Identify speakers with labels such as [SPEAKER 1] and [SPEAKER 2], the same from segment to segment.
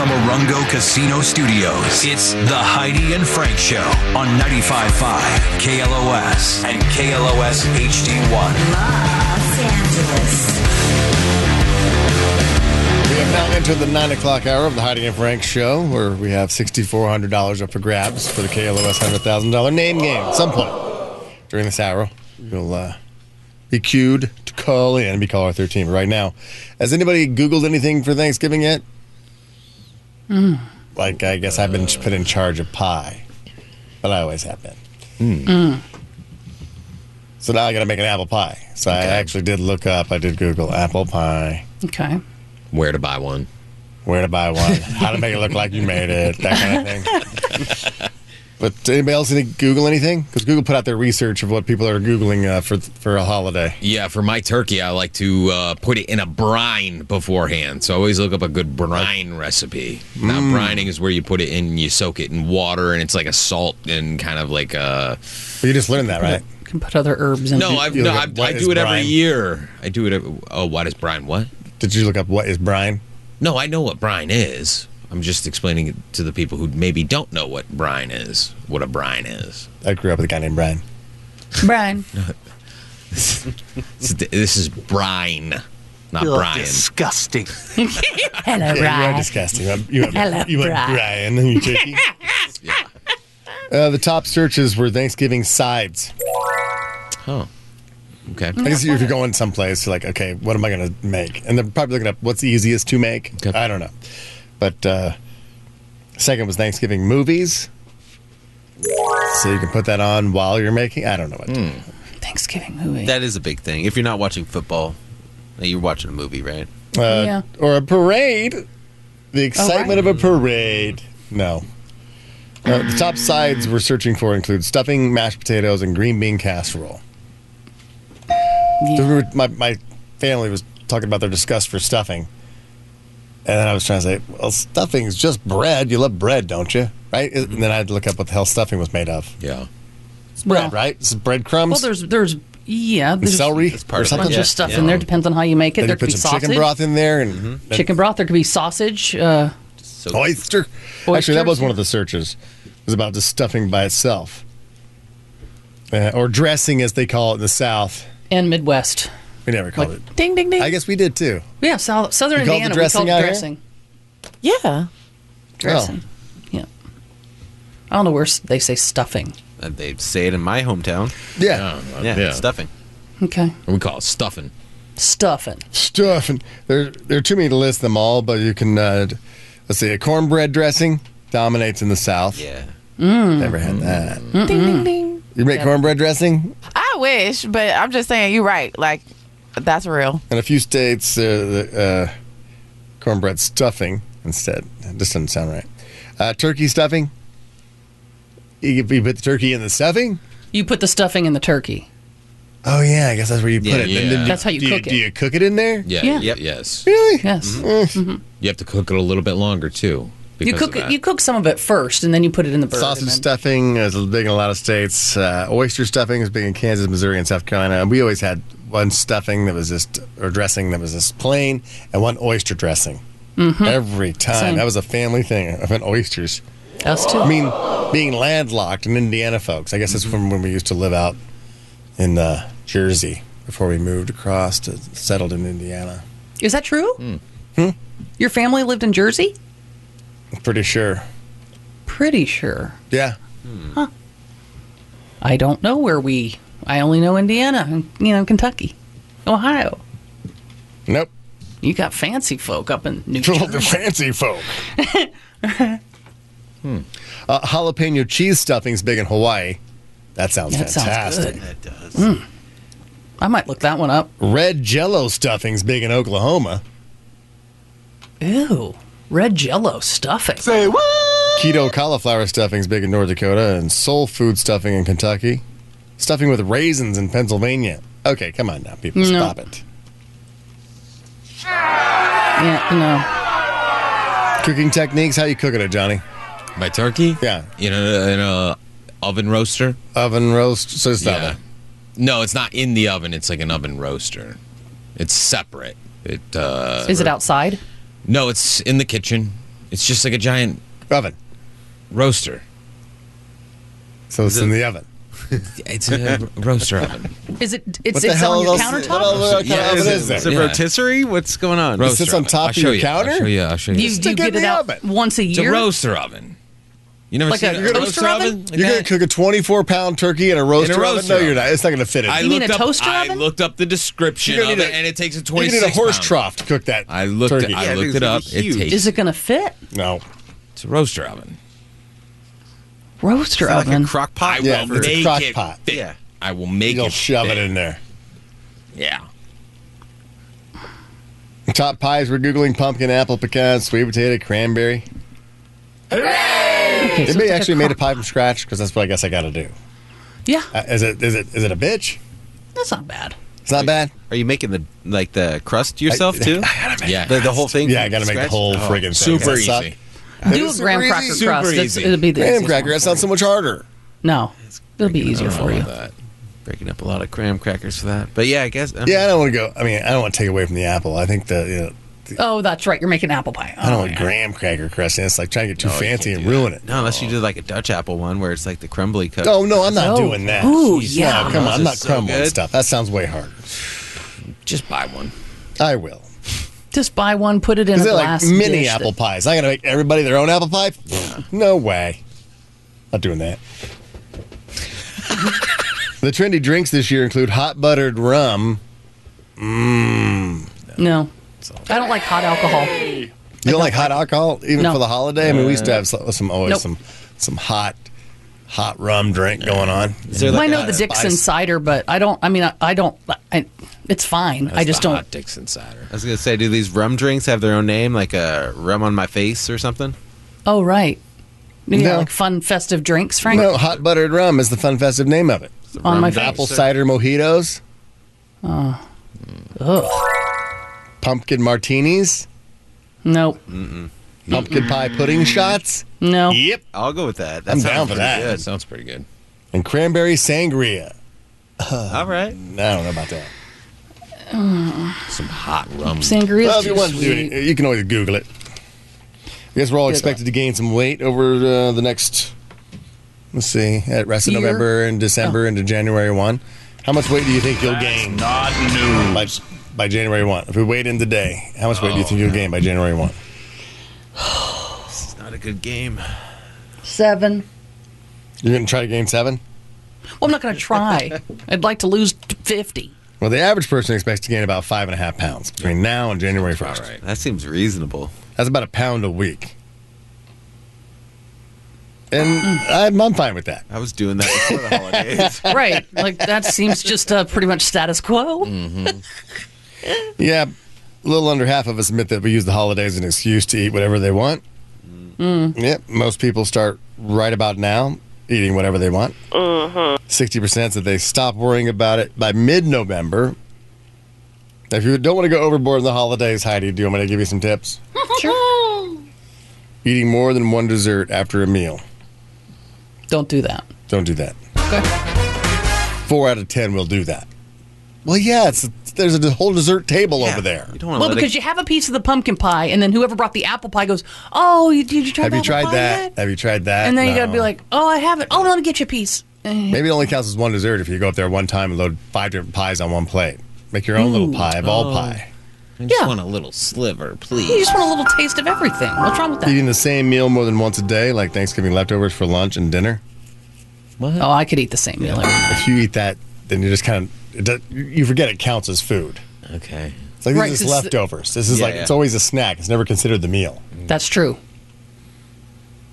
[SPEAKER 1] Morongo Casino Studios. It's the Heidi and Frank Show on 95.5 KLOS and KLOS HD1.
[SPEAKER 2] We have now entered the 9 o'clock hour of the Heidi and Frank show, where we have $6,400 up for grabs for the KLOS $100,000 name game at some point during this hour. You'll uh, be cued to call in and be caller 13. But right now, has anybody Googled anything for Thanksgiving yet? Like, I guess I've been put in charge of pie, but I always have been. Hmm. So now I got to make an apple pie. So I actually did look up, I did Google apple pie.
[SPEAKER 3] Okay.
[SPEAKER 4] where to buy one.
[SPEAKER 2] where to buy one, how to make it look like you made it, that kind of thing. but anybody else need to Google anything? Because Google put out their research of what people are Googling uh, for for a holiday.
[SPEAKER 4] Yeah, for my turkey, I like to uh, put it in a brine beforehand. So I always look up a good brine recipe. Now,
[SPEAKER 2] Mm.
[SPEAKER 4] brining is where you put it in, you soak it in water, and it's like a salt and kind of like a.
[SPEAKER 2] But you just learned that, right?
[SPEAKER 3] You can put other herbs in
[SPEAKER 4] No, I've,
[SPEAKER 2] you
[SPEAKER 4] no
[SPEAKER 2] look
[SPEAKER 4] I,
[SPEAKER 2] up what
[SPEAKER 4] I
[SPEAKER 2] is
[SPEAKER 4] do it every
[SPEAKER 2] brine?
[SPEAKER 4] year. I do it. Every, oh, what is brine? What?
[SPEAKER 2] Did you look up what is brine?
[SPEAKER 4] No, I know what brine is. I'm just explaining it to the people who maybe don't know what brine is, what a brine is.
[SPEAKER 2] I grew up with a guy named Brian.
[SPEAKER 3] Brian.
[SPEAKER 4] This is- This is brine, not
[SPEAKER 5] You're
[SPEAKER 4] brine.
[SPEAKER 5] disgusting.
[SPEAKER 3] Hello,
[SPEAKER 2] Yeah, you are
[SPEAKER 3] Brian.
[SPEAKER 2] disgusting. You went, you went,
[SPEAKER 3] Hello,
[SPEAKER 2] you went Brian.
[SPEAKER 3] Brian.
[SPEAKER 2] you jerky. Uh, the top searches were Thanksgiving sides.
[SPEAKER 4] Oh, okay.
[SPEAKER 2] I guess if you're going someplace, you're like, okay, what am I going to make? And they're probably looking up what's the easiest to make.
[SPEAKER 4] Okay.
[SPEAKER 2] I don't know. But uh, second was Thanksgiving movies. So you can put that on while you're making. I don't know what.
[SPEAKER 3] Thanksgiving movie.
[SPEAKER 5] That is a big thing. If you're not watching football, you're watching a movie, right?
[SPEAKER 2] Uh,
[SPEAKER 3] Yeah.
[SPEAKER 2] Or a parade.
[SPEAKER 3] Oh,
[SPEAKER 2] The excitement of a parade. No. Uh, the top sides we're searching for include stuffing, mashed potatoes, and green bean casserole. So we
[SPEAKER 3] yeah.
[SPEAKER 2] were, my, my family was talking about their disgust for stuffing. And then I was trying to say, well, stuffing's just bread. You love bread, don't you? Right? And then I had to look up what the hell stuffing was made of.
[SPEAKER 4] Yeah.
[SPEAKER 2] It's
[SPEAKER 3] Well-
[SPEAKER 2] bread, right? It's breadcrumbs
[SPEAKER 3] Well, there's there's yeah,
[SPEAKER 2] and
[SPEAKER 3] there's
[SPEAKER 2] celery
[SPEAKER 5] part
[SPEAKER 2] or
[SPEAKER 5] of it,
[SPEAKER 3] a bunch
[SPEAKER 2] something.
[SPEAKER 5] yeah.
[SPEAKER 3] of stuff in there. Depends on how you make it.
[SPEAKER 2] Then you
[SPEAKER 3] there could
[SPEAKER 2] put
[SPEAKER 3] be
[SPEAKER 2] some
[SPEAKER 3] sausage,
[SPEAKER 2] chicken broth in there and
[SPEAKER 3] chicken broth. There could be sausage. Uh,
[SPEAKER 5] So
[SPEAKER 4] Oh,
[SPEAKER 2] oyster. Actually, that
[SPEAKER 3] Oysters,
[SPEAKER 2] was one
[SPEAKER 3] yeah.
[SPEAKER 2] of the searches. It was about the stuffing by itself. Uh, or dressing, as they call it in the South.
[SPEAKER 3] and Midwest.
[SPEAKER 2] We never called
[SPEAKER 3] Like
[SPEAKER 2] it.
[SPEAKER 3] ding ding ding.
[SPEAKER 2] I guess we did too.
[SPEAKER 3] yeah, South, Southern
[SPEAKER 2] You call it the
[SPEAKER 3] Indiana.
[SPEAKER 2] dressing
[SPEAKER 3] we call
[SPEAKER 2] out
[SPEAKER 3] it
[SPEAKER 2] here?
[SPEAKER 3] dressing.
[SPEAKER 6] Yeah.
[SPEAKER 3] Dressing.
[SPEAKER 2] Oh.
[SPEAKER 3] Yeah. I don't know where s- they say stuffing.
[SPEAKER 5] uh, they say it in my hometown.
[SPEAKER 2] Yeah.
[SPEAKER 4] uh,
[SPEAKER 5] Yeah, stuffing.
[SPEAKER 3] Okay.
[SPEAKER 4] We call it stuffing.
[SPEAKER 3] Stuffing.
[SPEAKER 2] stuff, and there there are too many to list them all. But you can uh, let's see, a cornbread dressing dominates in the South.
[SPEAKER 5] Yeah.
[SPEAKER 2] never had that.
[SPEAKER 6] Ding
[SPEAKER 3] Mm-hmm.
[SPEAKER 6] ding ding.
[SPEAKER 2] You make cornbread dressing
[SPEAKER 6] I wish, but I'm just saying you're right. Like that's real.
[SPEAKER 2] in a few states. Uh, the, uh, cornbread stuffing instead. This doesn't sound right. Uh, turkey stuffing. You, you put the turkey in the stuffing.
[SPEAKER 3] You put the stuffing in the turkey.
[SPEAKER 2] Oh yeah, I guess that's where you put
[SPEAKER 5] Yeah,
[SPEAKER 2] it. And then
[SPEAKER 4] yeah.
[SPEAKER 2] do-
[SPEAKER 3] That's how you
[SPEAKER 2] do
[SPEAKER 3] cook it.
[SPEAKER 2] Do you cook it in there?
[SPEAKER 4] Yeah.
[SPEAKER 3] Yeah.
[SPEAKER 4] y- Yes.
[SPEAKER 2] Really?
[SPEAKER 3] Yes.
[SPEAKER 4] You have to cook it a little bit longer too.
[SPEAKER 3] You
[SPEAKER 4] because
[SPEAKER 3] cook
[SPEAKER 4] of
[SPEAKER 3] it.
[SPEAKER 4] that.
[SPEAKER 3] You cook some of it first, and then you put it in the bird. and
[SPEAKER 2] Sausage
[SPEAKER 3] then-
[SPEAKER 2] stuffing is big in a lot of states. Uh, oyster stuffing is big in Kansas, Missouri, and South Carolina. And we always had one stuffing that was just, or dressing that was just plain, and one oyster dressing. Mm-hmm. Every time.
[SPEAKER 3] Same.
[SPEAKER 2] That was a family thing. I meant oysters.
[SPEAKER 3] Us too.
[SPEAKER 2] I mean, being landlocked in Indiana, folks. I guess that's from when we used to live out in uh, Jersey before we moved across to settled in Indiana.
[SPEAKER 3] Is that true? Hmm? Your family lived in Jersey?
[SPEAKER 2] I'm pretty sure.
[SPEAKER 3] Pretty sure.
[SPEAKER 2] Yeah.
[SPEAKER 3] I don't know where we. I only know Indiana, and, you know, Kentucky, Ohio.
[SPEAKER 2] Nope.
[SPEAKER 3] You got fancy folk up in New
[SPEAKER 2] Well, the fancy
[SPEAKER 3] Jersey.
[SPEAKER 2] folk.
[SPEAKER 3] Hmm.
[SPEAKER 2] uh, jalapeno cheese stuffing's big in Hawaii. That sounds
[SPEAKER 3] That sounds
[SPEAKER 2] fantastic.
[SPEAKER 3] good. Hmm.
[SPEAKER 5] That does.
[SPEAKER 3] I might look that one up.
[SPEAKER 2] Red Jello stuffing's big in Oklahoma.
[SPEAKER 3] Ew, red Jello stuffing.
[SPEAKER 2] Keto cauliflower stuffing's big in North Dakota, and soul food stuffing in Kentucky. Stuffing with raisins in Pennsylvania. Okay, come on now, people,
[SPEAKER 3] No.
[SPEAKER 2] stop it.
[SPEAKER 3] Yeah,
[SPEAKER 2] Cooking techniques, how you cooking it, Johnny?
[SPEAKER 4] my turkey.
[SPEAKER 2] Yeah.
[SPEAKER 4] In a, in a oven roaster.
[SPEAKER 2] Oven roast, so it's oven.
[SPEAKER 4] No, it's not in the oven. It's like an oven roaster. It's separate. It. uh
[SPEAKER 3] no. Is it outside?
[SPEAKER 4] No, it's in the kitchen. It's just like a giant
[SPEAKER 2] Oven.
[SPEAKER 4] roaster.
[SPEAKER 2] So it's in the oven.
[SPEAKER 4] It's a roaster oven.
[SPEAKER 3] Is it? It's, it's on your
[SPEAKER 2] else- what
[SPEAKER 3] countertop.
[SPEAKER 2] else- what kind of
[SPEAKER 5] Yeah,
[SPEAKER 2] oven
[SPEAKER 5] is it,
[SPEAKER 2] is
[SPEAKER 5] is
[SPEAKER 2] that?
[SPEAKER 5] it
[SPEAKER 4] Yeah.
[SPEAKER 5] rotisserie? What's going on?
[SPEAKER 4] Roaster
[SPEAKER 2] sits on
[SPEAKER 4] oven.
[SPEAKER 2] top
[SPEAKER 4] I'll
[SPEAKER 2] of
[SPEAKER 4] show
[SPEAKER 2] your
[SPEAKER 4] you.
[SPEAKER 2] counter?
[SPEAKER 4] I'll show you. I'll show you.
[SPEAKER 3] You,
[SPEAKER 2] Stick
[SPEAKER 3] you
[SPEAKER 2] it in
[SPEAKER 3] get it
[SPEAKER 2] the
[SPEAKER 3] out
[SPEAKER 2] oven.
[SPEAKER 3] once a
[SPEAKER 4] It's a
[SPEAKER 3] year.
[SPEAKER 4] roaster oven. You never
[SPEAKER 3] Like
[SPEAKER 4] seen
[SPEAKER 3] a
[SPEAKER 4] a
[SPEAKER 3] toaster
[SPEAKER 4] roaster
[SPEAKER 3] oven?
[SPEAKER 4] oven? Like
[SPEAKER 2] You're
[SPEAKER 4] that?
[SPEAKER 2] gonna cook a 24 pound turkey in a roaster,
[SPEAKER 4] roaster
[SPEAKER 2] oven? No, you're
[SPEAKER 4] oven.
[SPEAKER 2] not. It's not gonna fit in.
[SPEAKER 4] I
[SPEAKER 3] You mean
[SPEAKER 4] looked
[SPEAKER 3] a
[SPEAKER 4] up,
[SPEAKER 3] toaster
[SPEAKER 4] I
[SPEAKER 3] oven?
[SPEAKER 4] looked up the description
[SPEAKER 2] You're
[SPEAKER 4] of
[SPEAKER 2] gonna
[SPEAKER 4] it,
[SPEAKER 2] need a-
[SPEAKER 4] and it takes a
[SPEAKER 2] you
[SPEAKER 4] 26
[SPEAKER 2] need a horse
[SPEAKER 4] pound.
[SPEAKER 2] trough to cook that.
[SPEAKER 4] I looked.
[SPEAKER 2] turkey.
[SPEAKER 4] I
[SPEAKER 5] Yeah,
[SPEAKER 4] looked
[SPEAKER 5] it's
[SPEAKER 4] it
[SPEAKER 5] gonna
[SPEAKER 4] up.
[SPEAKER 5] be
[SPEAKER 4] It
[SPEAKER 5] huge.
[SPEAKER 4] tastes.
[SPEAKER 3] Is it going to fit?
[SPEAKER 2] no.
[SPEAKER 4] it's a roaster oven.
[SPEAKER 3] Roaster
[SPEAKER 5] Like
[SPEAKER 3] oven.
[SPEAKER 5] a crock pot?
[SPEAKER 4] I
[SPEAKER 2] Yeah,
[SPEAKER 4] will
[SPEAKER 2] it's a
[SPEAKER 4] make
[SPEAKER 2] crock
[SPEAKER 4] it
[SPEAKER 2] pot.
[SPEAKER 4] fit.
[SPEAKER 5] Yeah.
[SPEAKER 4] I will make
[SPEAKER 2] You'll
[SPEAKER 4] it.
[SPEAKER 2] shove
[SPEAKER 4] fit.
[SPEAKER 2] it in there.
[SPEAKER 4] Yeah.
[SPEAKER 2] Top pies. We're googling pumpkin, apple, pecan, sweet potato, cranberry. They may actually made a pie from scratch because that's what I guess I got to do.
[SPEAKER 3] yeah,
[SPEAKER 2] Uh, is it is it is it a bitch?
[SPEAKER 3] that's not bad.
[SPEAKER 2] It's not bad.
[SPEAKER 5] Are you making the like the crust yourself too?
[SPEAKER 4] Yeah.
[SPEAKER 5] The, the whole thing?
[SPEAKER 2] Yeah, I
[SPEAKER 5] from
[SPEAKER 2] got to make the
[SPEAKER 5] scratch?
[SPEAKER 2] whole
[SPEAKER 5] Oh.
[SPEAKER 2] friggin' thing.
[SPEAKER 4] Super
[SPEAKER 2] Does that
[SPEAKER 4] easy.
[SPEAKER 2] suck?
[SPEAKER 3] Do a
[SPEAKER 2] Super
[SPEAKER 3] graham
[SPEAKER 2] easy.
[SPEAKER 3] cracker
[SPEAKER 4] super
[SPEAKER 3] crust. It's-
[SPEAKER 4] easy.
[SPEAKER 3] It'll be the
[SPEAKER 2] Graham
[SPEAKER 3] easiest
[SPEAKER 2] cracker.
[SPEAKER 3] one.
[SPEAKER 2] That sounds so much harder.
[SPEAKER 3] No, it'll be easier for you.
[SPEAKER 4] That.
[SPEAKER 5] Breaking up a lot of graham crackers for that. But yeah, I guess. um,
[SPEAKER 2] Yeah, I don't want to go. I mean, I don't want to take away from the apple. I think the you know,
[SPEAKER 3] Oh, that's right. You're making apple pie.
[SPEAKER 2] I don't
[SPEAKER 3] Oh,
[SPEAKER 2] want
[SPEAKER 3] yeah.
[SPEAKER 2] graham cracker crust. and It's like trying to get too
[SPEAKER 4] No, you
[SPEAKER 2] fancy
[SPEAKER 4] can't
[SPEAKER 2] and
[SPEAKER 4] do that.
[SPEAKER 2] ruin it.
[SPEAKER 5] No, unless you do like a Dutch apple one where it's like the crumbly cut.
[SPEAKER 2] Oh no, I'm not
[SPEAKER 3] No.
[SPEAKER 2] doing that.
[SPEAKER 3] Ooh,
[SPEAKER 2] No,
[SPEAKER 3] yeah.
[SPEAKER 2] come on, I'm not
[SPEAKER 5] Those are so
[SPEAKER 2] crumbling
[SPEAKER 5] good.
[SPEAKER 2] stuff. That sounds way harder.
[SPEAKER 4] Just buy one.
[SPEAKER 2] I will.
[SPEAKER 3] Just buy one, put it in a
[SPEAKER 2] Is it like
[SPEAKER 3] glass.
[SPEAKER 2] mini
[SPEAKER 3] dish
[SPEAKER 2] apple
[SPEAKER 3] that-
[SPEAKER 2] pies? I gotta make everybody their own apple pie? Pfft, No way. Not doing that. the trendy drinks this year include hot buttered rum.
[SPEAKER 3] No, I don't like hot alcohol.
[SPEAKER 2] You don't like hot alcohol, even
[SPEAKER 3] No. Uh,
[SPEAKER 2] for the holiday? I mean, we used to have some, some always
[SPEAKER 3] Nope.
[SPEAKER 2] some some hot hot rum drink going on.
[SPEAKER 5] Is there
[SPEAKER 3] Well, I
[SPEAKER 5] like
[SPEAKER 3] know
[SPEAKER 5] a-
[SPEAKER 3] the Dixon
[SPEAKER 2] spice.
[SPEAKER 3] cider, but I don't. I mean, I, I don't. I, it's fine. I
[SPEAKER 4] That's
[SPEAKER 3] just
[SPEAKER 4] the
[SPEAKER 3] don't.
[SPEAKER 4] Hot Dixon cider.
[SPEAKER 5] I was gonna say, do these rum drinks have their own name, like a rum on my face or something?
[SPEAKER 3] Oh, right. Maybe
[SPEAKER 2] No.
[SPEAKER 3] like fun festive drinks, Frank.
[SPEAKER 2] No, hot buttered rum is the fun festive name of it.
[SPEAKER 5] It's a
[SPEAKER 3] On
[SPEAKER 5] rum
[SPEAKER 3] my
[SPEAKER 5] drink.
[SPEAKER 2] Apple cider mojitos,
[SPEAKER 3] Ugh.
[SPEAKER 2] pumpkin martinis,
[SPEAKER 3] Nope.
[SPEAKER 2] pumpkin pie
[SPEAKER 3] Mm.
[SPEAKER 2] pudding shots.
[SPEAKER 3] No.
[SPEAKER 2] Yep.
[SPEAKER 5] I'll go with that. that
[SPEAKER 2] I'm
[SPEAKER 5] sounds
[SPEAKER 2] down for
[SPEAKER 5] pretty
[SPEAKER 2] that.
[SPEAKER 5] good.
[SPEAKER 4] That sounds pretty good.
[SPEAKER 2] And cranberry sangria.
[SPEAKER 5] All right.
[SPEAKER 2] I don't know about that.
[SPEAKER 4] Some hot rum.
[SPEAKER 3] Sangria.
[SPEAKER 2] Well, if you want to do
[SPEAKER 3] sweet.
[SPEAKER 2] it, you can always Google it. I guess we're all expected to gain some weight over uh, the next, let's see, at rest of
[SPEAKER 3] Year? Oh.
[SPEAKER 2] November and December into January 1. How much weight do you think you'll gain
[SPEAKER 1] Not new.
[SPEAKER 2] by, by January 1? If we weighed in today, how much weight do you think you'll gain by January 1?
[SPEAKER 5] It's not a good game.
[SPEAKER 3] Seven.
[SPEAKER 2] You're going to try to gain seven?
[SPEAKER 3] Well, I'm not going to try. I'd like to lose t- fifty.
[SPEAKER 2] Well, the average person expects to gain about five and a half pounds between now and January 1st.
[SPEAKER 4] All right.
[SPEAKER 5] That seems reasonable.
[SPEAKER 2] That's about a pound a week. And
[SPEAKER 3] Mm.
[SPEAKER 2] I'm, I'm fine with that.
[SPEAKER 5] I was doing that before the holidays.
[SPEAKER 3] Right. Like that seems just uh, pretty much status quo.
[SPEAKER 2] Mm. Yeah, a little under half of us admit that we use the holidays as an excuse to eat whatever they want. Yep, most people start right about now eating whatever they want. 60% said they stop worrying about it by mid November. If you don't want to go overboard in the holidays, Heidi, do you want me to give you some tips? sure. Eating more than one dessert after a meal.
[SPEAKER 3] Don't do that.
[SPEAKER 2] Don't do that. Four out of 10 will do that. Well, yeah, it's, there's a whole dessert table
[SPEAKER 5] Yeah,
[SPEAKER 2] over there.
[SPEAKER 5] You don't want to
[SPEAKER 3] Well,
[SPEAKER 5] let
[SPEAKER 3] because
[SPEAKER 5] it,
[SPEAKER 3] you have a piece of the pumpkin pie, and then whoever brought the apple pie goes, "Oh, you, did you try
[SPEAKER 2] Have
[SPEAKER 3] the
[SPEAKER 2] you
[SPEAKER 3] apple
[SPEAKER 2] tried
[SPEAKER 3] pie
[SPEAKER 2] that?
[SPEAKER 3] yet?"
[SPEAKER 2] Have you tried that?
[SPEAKER 3] And then you got to
[SPEAKER 2] No.
[SPEAKER 3] be like, "Oh, I haven't. Oh, let me get you a piece." Eh,
[SPEAKER 2] maybe it only counts as one dessert if you go up there one time and load five different pies on one plate. Make your own little pie of
[SPEAKER 3] Oh.
[SPEAKER 2] all pie.
[SPEAKER 4] I just
[SPEAKER 3] Yeah.
[SPEAKER 4] want a little sliver,
[SPEAKER 3] You
[SPEAKER 4] please.
[SPEAKER 3] just want a little taste of everything. What's wrong with that?
[SPEAKER 2] Eating the same meal more than once a day, like Thanksgiving leftovers for lunch and dinner.
[SPEAKER 3] Oh, I could eat the same meal. every night.
[SPEAKER 2] If you eat that, then you just kind of it does, you forget it counts as food.
[SPEAKER 4] Okay.
[SPEAKER 2] It's like
[SPEAKER 3] Right,
[SPEAKER 2] this
[SPEAKER 3] 'cause
[SPEAKER 2] is
[SPEAKER 3] it's the-
[SPEAKER 2] leftovers. This is
[SPEAKER 5] Yeah,
[SPEAKER 2] like
[SPEAKER 5] yeah.
[SPEAKER 2] it's always a snack. It's never considered the meal.
[SPEAKER 3] That's true.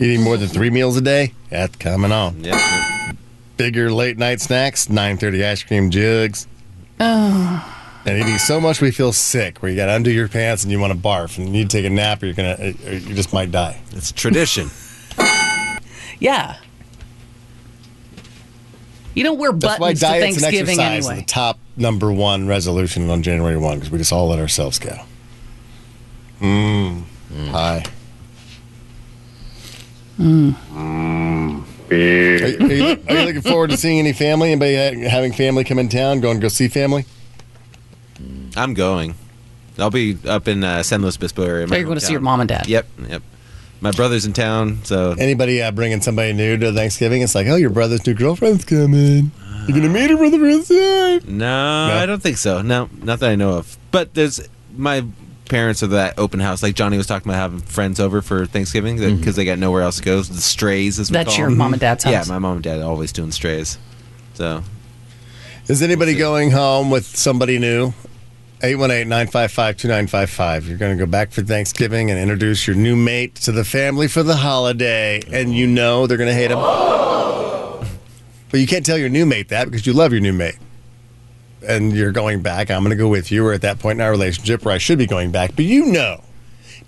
[SPEAKER 2] Eating more than three meals a day, that's coming on.
[SPEAKER 5] yeah,
[SPEAKER 2] Bigger late night snacks, nine thirty ice cream jugs.
[SPEAKER 3] Oh.
[SPEAKER 2] and eating so much we feel sick where you gotta undo your pants and you want to barf and you need to take a nap or you're gonna or you just might die
[SPEAKER 5] it's tradition.
[SPEAKER 3] Yeah. You don't wear
[SPEAKER 2] that's
[SPEAKER 3] buttons
[SPEAKER 2] why
[SPEAKER 3] to
[SPEAKER 2] diets and
[SPEAKER 3] Thanksgiving
[SPEAKER 2] exercise are
[SPEAKER 3] anyway.
[SPEAKER 2] the top number one resolution on january 1 because we just all let ourselves go mmm pie
[SPEAKER 3] Mm.
[SPEAKER 2] Are, you- are you, are you looking forward to seeing any family? Anybody ha- having family come in town? Going to go see family?
[SPEAKER 5] I'm going. I'll be up in uh, San Luis Obispo area. my
[SPEAKER 3] Are you going to see
[SPEAKER 5] hometown.
[SPEAKER 3] your mom and dad?
[SPEAKER 5] Yep, yep. My brother's in town, so
[SPEAKER 2] Anybody uh, bringing somebody new to Thanksgiving? It's like, oh, your brother's new girlfriend's coming. You're gonna meet her for the first time.
[SPEAKER 5] no, I don't think so. No, not that I know of. But there's my parents are that open house. Like Johnny was talking about having friends over for Thanksgiving because they got nowhere else to go. The strays is
[SPEAKER 3] That's your mom and dad's
[SPEAKER 5] Yeah,
[SPEAKER 3] house.
[SPEAKER 5] my mom and dad always doing strays. So
[SPEAKER 2] Is anybody going home with somebody new? 818-955-2955. You're going to go back for Thanksgiving and introduce your new mate to the family for the holiday, and you know they're going to hate him. But you can't tell your new mate that because you love your new mate. And you're going back. I'm going to go with you. We're at that point in our relationship where I should be going back. But you know,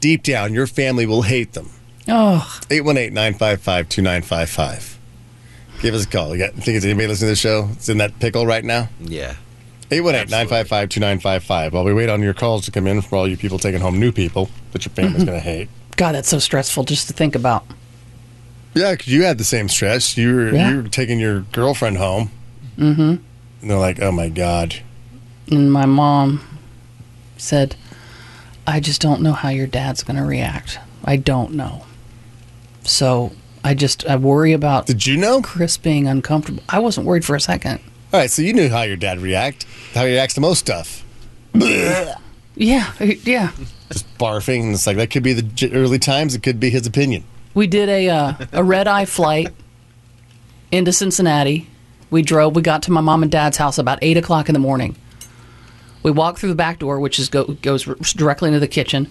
[SPEAKER 2] deep down, your family will hate them.
[SPEAKER 3] Oh,
[SPEAKER 2] 818-955-2955. Give us a call. You got, think it's anybody listening to the show? It's in that pickle right now.
[SPEAKER 5] yeah,
[SPEAKER 2] 818-955-2955. While we wait on your calls to come in for all you people taking home new people that your family's going to hate.
[SPEAKER 3] God, that's so stressful just to think about.
[SPEAKER 2] Yeah, because you had the same stress. You were,
[SPEAKER 3] Yeah.
[SPEAKER 2] you were taking your girlfriend home. Mm-hmm. And they're like, oh, my God.
[SPEAKER 3] And my mom said, I just don't know how your dad's going to react. I don't know. So I just, I worry about
[SPEAKER 2] Did you know? All
[SPEAKER 3] Chris being uncomfortable. I wasn't worried for a second.
[SPEAKER 2] right, so you knew how your dad react, how he reacts to most stuff.
[SPEAKER 3] Yeah, yeah.
[SPEAKER 2] Just barfing. And it's like, that could be the j- early times. It could be his opinion.
[SPEAKER 3] We did a uh, a red eye flight into Cincinnati. We drove. We got to my mom and dad's house about eight o'clock in the morning. We walked through the back door, which is go, goes directly into the kitchen.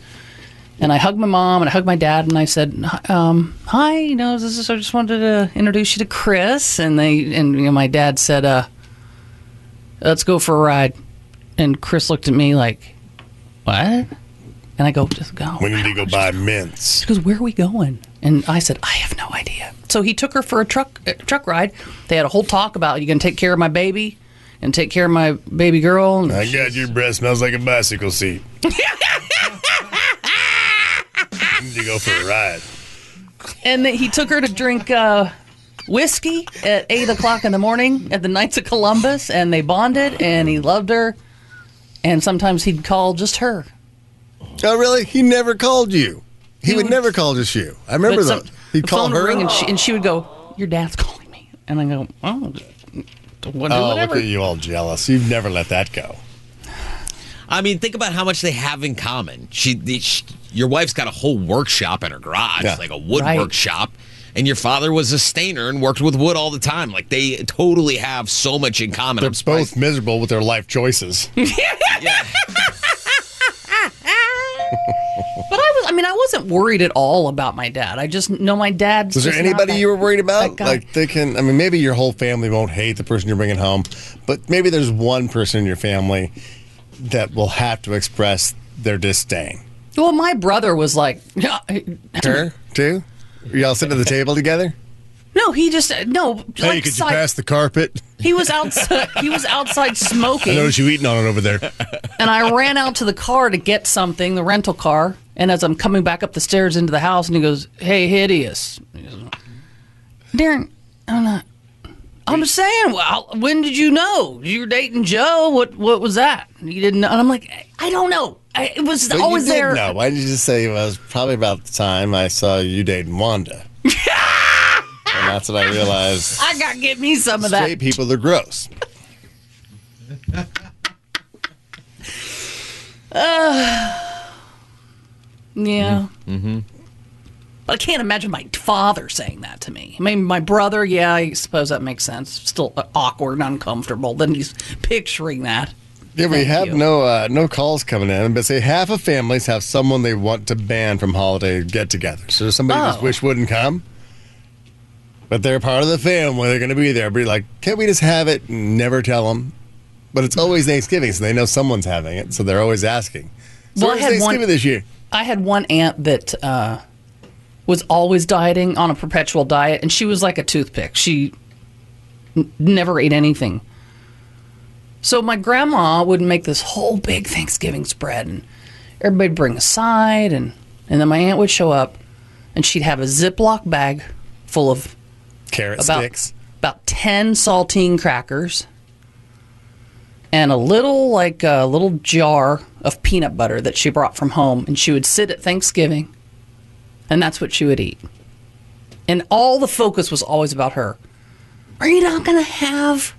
[SPEAKER 3] And I hugged my mom and I hugged my dad and I said, um, "Hi, you know, this is, I just wanted to introduce you to Chris." And they and you know, my dad said, uh, "Let's go for a ride." And Chris looked at me like, "What?" And I go, "Just go."
[SPEAKER 2] We need to go buy mints.
[SPEAKER 3] She goes, "Where are we going?" And I said, "I have no idea." So he took her for a truck uh, truck ride. They had a whole talk about you going to take care of my baby and take care of my baby girl. And
[SPEAKER 2] My God, your breath smells like a bicycle seat. You need to go for a ride.
[SPEAKER 3] And then he took her to drink uh, whiskey at eight o'clock in the morning at the Knights of Columbus, and they bonded, and he loved her. And sometimes he'd call just her.
[SPEAKER 2] Oh, really? He never called you. He, would,
[SPEAKER 3] would-
[SPEAKER 2] never call just you. I remember
[SPEAKER 3] some-
[SPEAKER 2] that. He'd
[SPEAKER 3] the
[SPEAKER 2] call
[SPEAKER 3] phone would
[SPEAKER 2] her.
[SPEAKER 3] ring, and she, and she would go, "Your dad's calling me," and I go, "Oh." What,
[SPEAKER 2] oh,
[SPEAKER 3] whatever.
[SPEAKER 2] look at you all jealous. You've never let that go.
[SPEAKER 4] I mean, think about how much they have in common. She, the, sh your wife's got a whole workshop in her garage,
[SPEAKER 2] Yeah.
[SPEAKER 4] like a wood
[SPEAKER 3] Right.
[SPEAKER 4] workshop, and your father was a stainer and worked with wood all the time. Like they totally have so much in common.
[SPEAKER 2] They're
[SPEAKER 4] I'm surprised-
[SPEAKER 2] both miserable with their life choices.
[SPEAKER 3] Ah. But I was, I mean, I wasn't worried at all about my dad. I just know my dad.
[SPEAKER 2] Was there
[SPEAKER 3] just not
[SPEAKER 2] anybody
[SPEAKER 3] that-
[SPEAKER 2] you were worried about?
[SPEAKER 3] that guy.
[SPEAKER 2] Like they can. I mean, maybe your whole family won't hate the person you're bringing home, but maybe there's one person in your family that will have to express their disdain.
[SPEAKER 3] Well, my brother was like, "Yeah."
[SPEAKER 2] Her too. Y'all sit at the table together.
[SPEAKER 3] no, he just no.
[SPEAKER 2] Hey,
[SPEAKER 3] like
[SPEAKER 2] could you
[SPEAKER 3] side-
[SPEAKER 2] pass the carpet?
[SPEAKER 3] He was outside. he was outside
[SPEAKER 2] I
[SPEAKER 3] smoking,
[SPEAKER 2] noticed you eating on it over there.
[SPEAKER 3] and I ran out to the car to get something, the rental car. And as I'm coming back up the stairs into the house, and he goes, "Hey, hideous, Darren." I'm not. I'm just saying. Well, when did you know you were dating Joe? What What was that? You didn't know. And I'm like, I, I don't know. I, it was
[SPEAKER 2] But you
[SPEAKER 3] always
[SPEAKER 2] did
[SPEAKER 3] Oh, there.
[SPEAKER 2] know. Why did you just say well, it was probably about the time I saw you dating Wanda? and that's what I realized.
[SPEAKER 3] I gotta get me some of
[SPEAKER 2] Straight
[SPEAKER 3] that.
[SPEAKER 2] people, they're gross.
[SPEAKER 3] Yeah. Mm-hmm. But I can't imagine my father saying that to me. I mean, my brother, yeah, I suppose that makes sense. Still awkward and uncomfortable. Then he's picturing that.
[SPEAKER 2] Yeah, we
[SPEAKER 3] Thank
[SPEAKER 2] have
[SPEAKER 3] you.
[SPEAKER 2] no uh, no calls coming in, but say half of families have someone they want to ban from holiday get-togethers. So there's somebody you just
[SPEAKER 3] Oh.
[SPEAKER 2] wish wouldn't come, but they're part of the family. They're going to be there. But you're like, can't we just have it? and Never tell them. But it's always Thanksgiving, so they know someone's having it, so they're always asking. So
[SPEAKER 3] Well, I
[SPEAKER 2] where's
[SPEAKER 3] had one-
[SPEAKER 2] Thanksgiving this year?
[SPEAKER 3] I had one aunt that uh, was always dieting on a perpetual diet, and she was like a toothpick. She n- never ate anything. So my grandma would make this whole big Thanksgiving spread, and everybody'd bring a side, and and then my aunt would show up, and she'd have a Ziploc bag full of
[SPEAKER 2] Carrot
[SPEAKER 3] about
[SPEAKER 2] sticks.
[SPEAKER 3] about ten saltine crackers and a little like a little jar of peanut butter that she brought from home and she would sit at thanksgiving and that's what she would eat. And all the focus was always about her. Are you not going to have?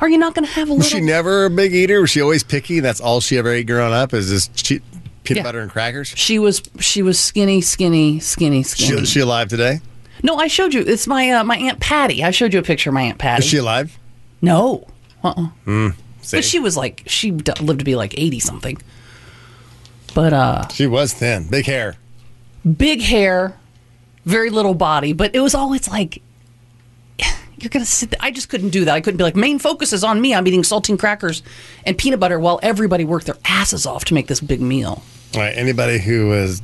[SPEAKER 3] Are you not going to have a
[SPEAKER 2] Was
[SPEAKER 3] little?
[SPEAKER 2] she never a big eater? Was she always picky? That's all she ever ate growing up is this che- peanut
[SPEAKER 3] Yeah.
[SPEAKER 2] butter and crackers.
[SPEAKER 3] She was she was skinny, skinny, skinny,
[SPEAKER 2] She,
[SPEAKER 3] skinny.
[SPEAKER 2] is she alive today?
[SPEAKER 3] no, I showed you. It's my uh, my aunt Patty. I showed you a picture of my aunt Patty.
[SPEAKER 2] Is she alive?
[SPEAKER 3] no, uh-uh.
[SPEAKER 2] See?
[SPEAKER 3] but she was like she d- lived to be like eighty something. But uh,
[SPEAKER 2] She was thin, big hair.
[SPEAKER 3] big hair, very little body. But it was always like you're gonna sit. th- I just couldn't do that. I couldn't be like main focus is on me. I'm eating saltine crackers and peanut butter while everybody worked their asses off to make this big meal.
[SPEAKER 2] All right. Anybody who is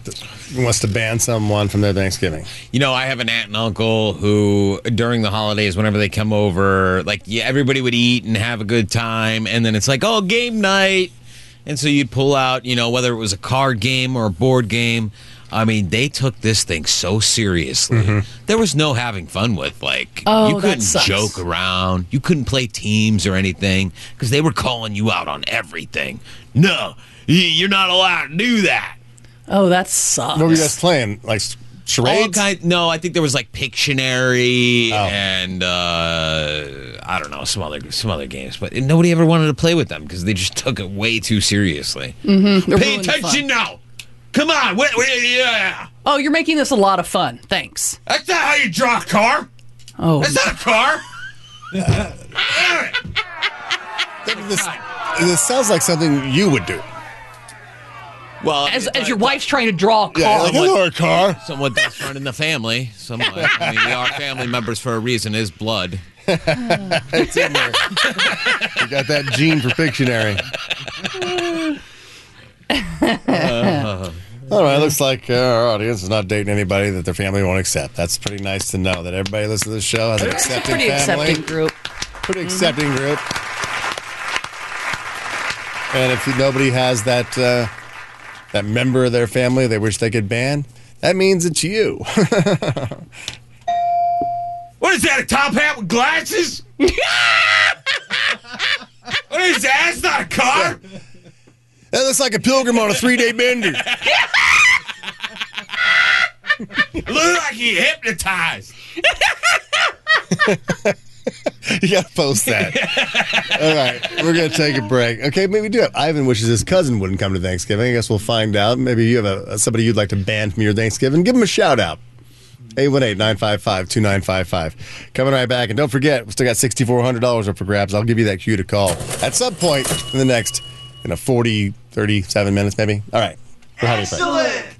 [SPEAKER 2] wants to ban someone from their Thanksgiving.
[SPEAKER 4] You know, I have an aunt and uncle who, during the holidays, whenever they come over, like yeah, everybody would eat and have a good time, and then it's like, oh, game night, and so you'd pull out, you know, whether it was a card game or a board game. I mean, they took this thing so seriously. There was no having fun with. Like,
[SPEAKER 3] Oh,
[SPEAKER 4] you
[SPEAKER 3] that
[SPEAKER 4] couldn't
[SPEAKER 3] sucks.
[SPEAKER 4] joke around. You couldn't play teams or anything because they were calling you out on everything. No, y- you're not allowed to do that.
[SPEAKER 3] Oh, that sucks.
[SPEAKER 2] What were you guys playing? Like s-
[SPEAKER 4] All
[SPEAKER 2] charades?
[SPEAKER 4] kind, no, I think there was like Pictionary
[SPEAKER 2] Oh.
[SPEAKER 4] and uh, I don't know some other some other games, but nobody ever wanted to play with them because they just took it way too seriously.
[SPEAKER 3] It
[SPEAKER 4] Pay
[SPEAKER 3] ruined the fun.
[SPEAKER 4] attention now! Come on, wait, wait, yeah,
[SPEAKER 3] Oh, you're making this a lot of fun. Thanks.
[SPEAKER 4] that's not how you draw a car.
[SPEAKER 3] Oh,
[SPEAKER 4] That's not a car.
[SPEAKER 2] This, this sounds like something you would do.
[SPEAKER 4] Well,
[SPEAKER 3] as,
[SPEAKER 4] it's
[SPEAKER 3] as your
[SPEAKER 4] like
[SPEAKER 3] wife's trying to draw a
[SPEAKER 2] Yeah,
[SPEAKER 3] car.
[SPEAKER 2] like, hello, car.
[SPEAKER 4] Somewhat that's run in the family. Somewhat, I mean, we are family members for a reason. Is blood.
[SPEAKER 2] You got that gene for Pictionary. All right, looks like uh, our audience is not dating anybody that their family won't accept. That's pretty nice to know that everybody listening to this show has an
[SPEAKER 3] It's a
[SPEAKER 2] accepting
[SPEAKER 3] pretty
[SPEAKER 2] family,
[SPEAKER 3] accepting group.
[SPEAKER 2] pretty accepting group. And if nobody has that uh, that member of their family they wish they could ban, that means it's you.
[SPEAKER 4] What is that? A top hat with glasses? what is that? It's not a car.
[SPEAKER 2] That looks like a pilgrim on a three day bender.
[SPEAKER 4] Look like he hypnotized.
[SPEAKER 2] You gotta post that. All right, we're gonna take a break. Okay, maybe we do have Ivan wishes his cousin wouldn't come to Thanksgiving. I guess we'll find out. Maybe you have a, somebody you'd like to ban from your Thanksgiving. Give him a shout out. 818-955-2955. Coming right back. And don't forget, we still got $6,400 up for grabs. I'll give you that cue to call at some point in the next, you know, 40, 37 minutes maybe. All right. We're having fun.
[SPEAKER 7] Excellent!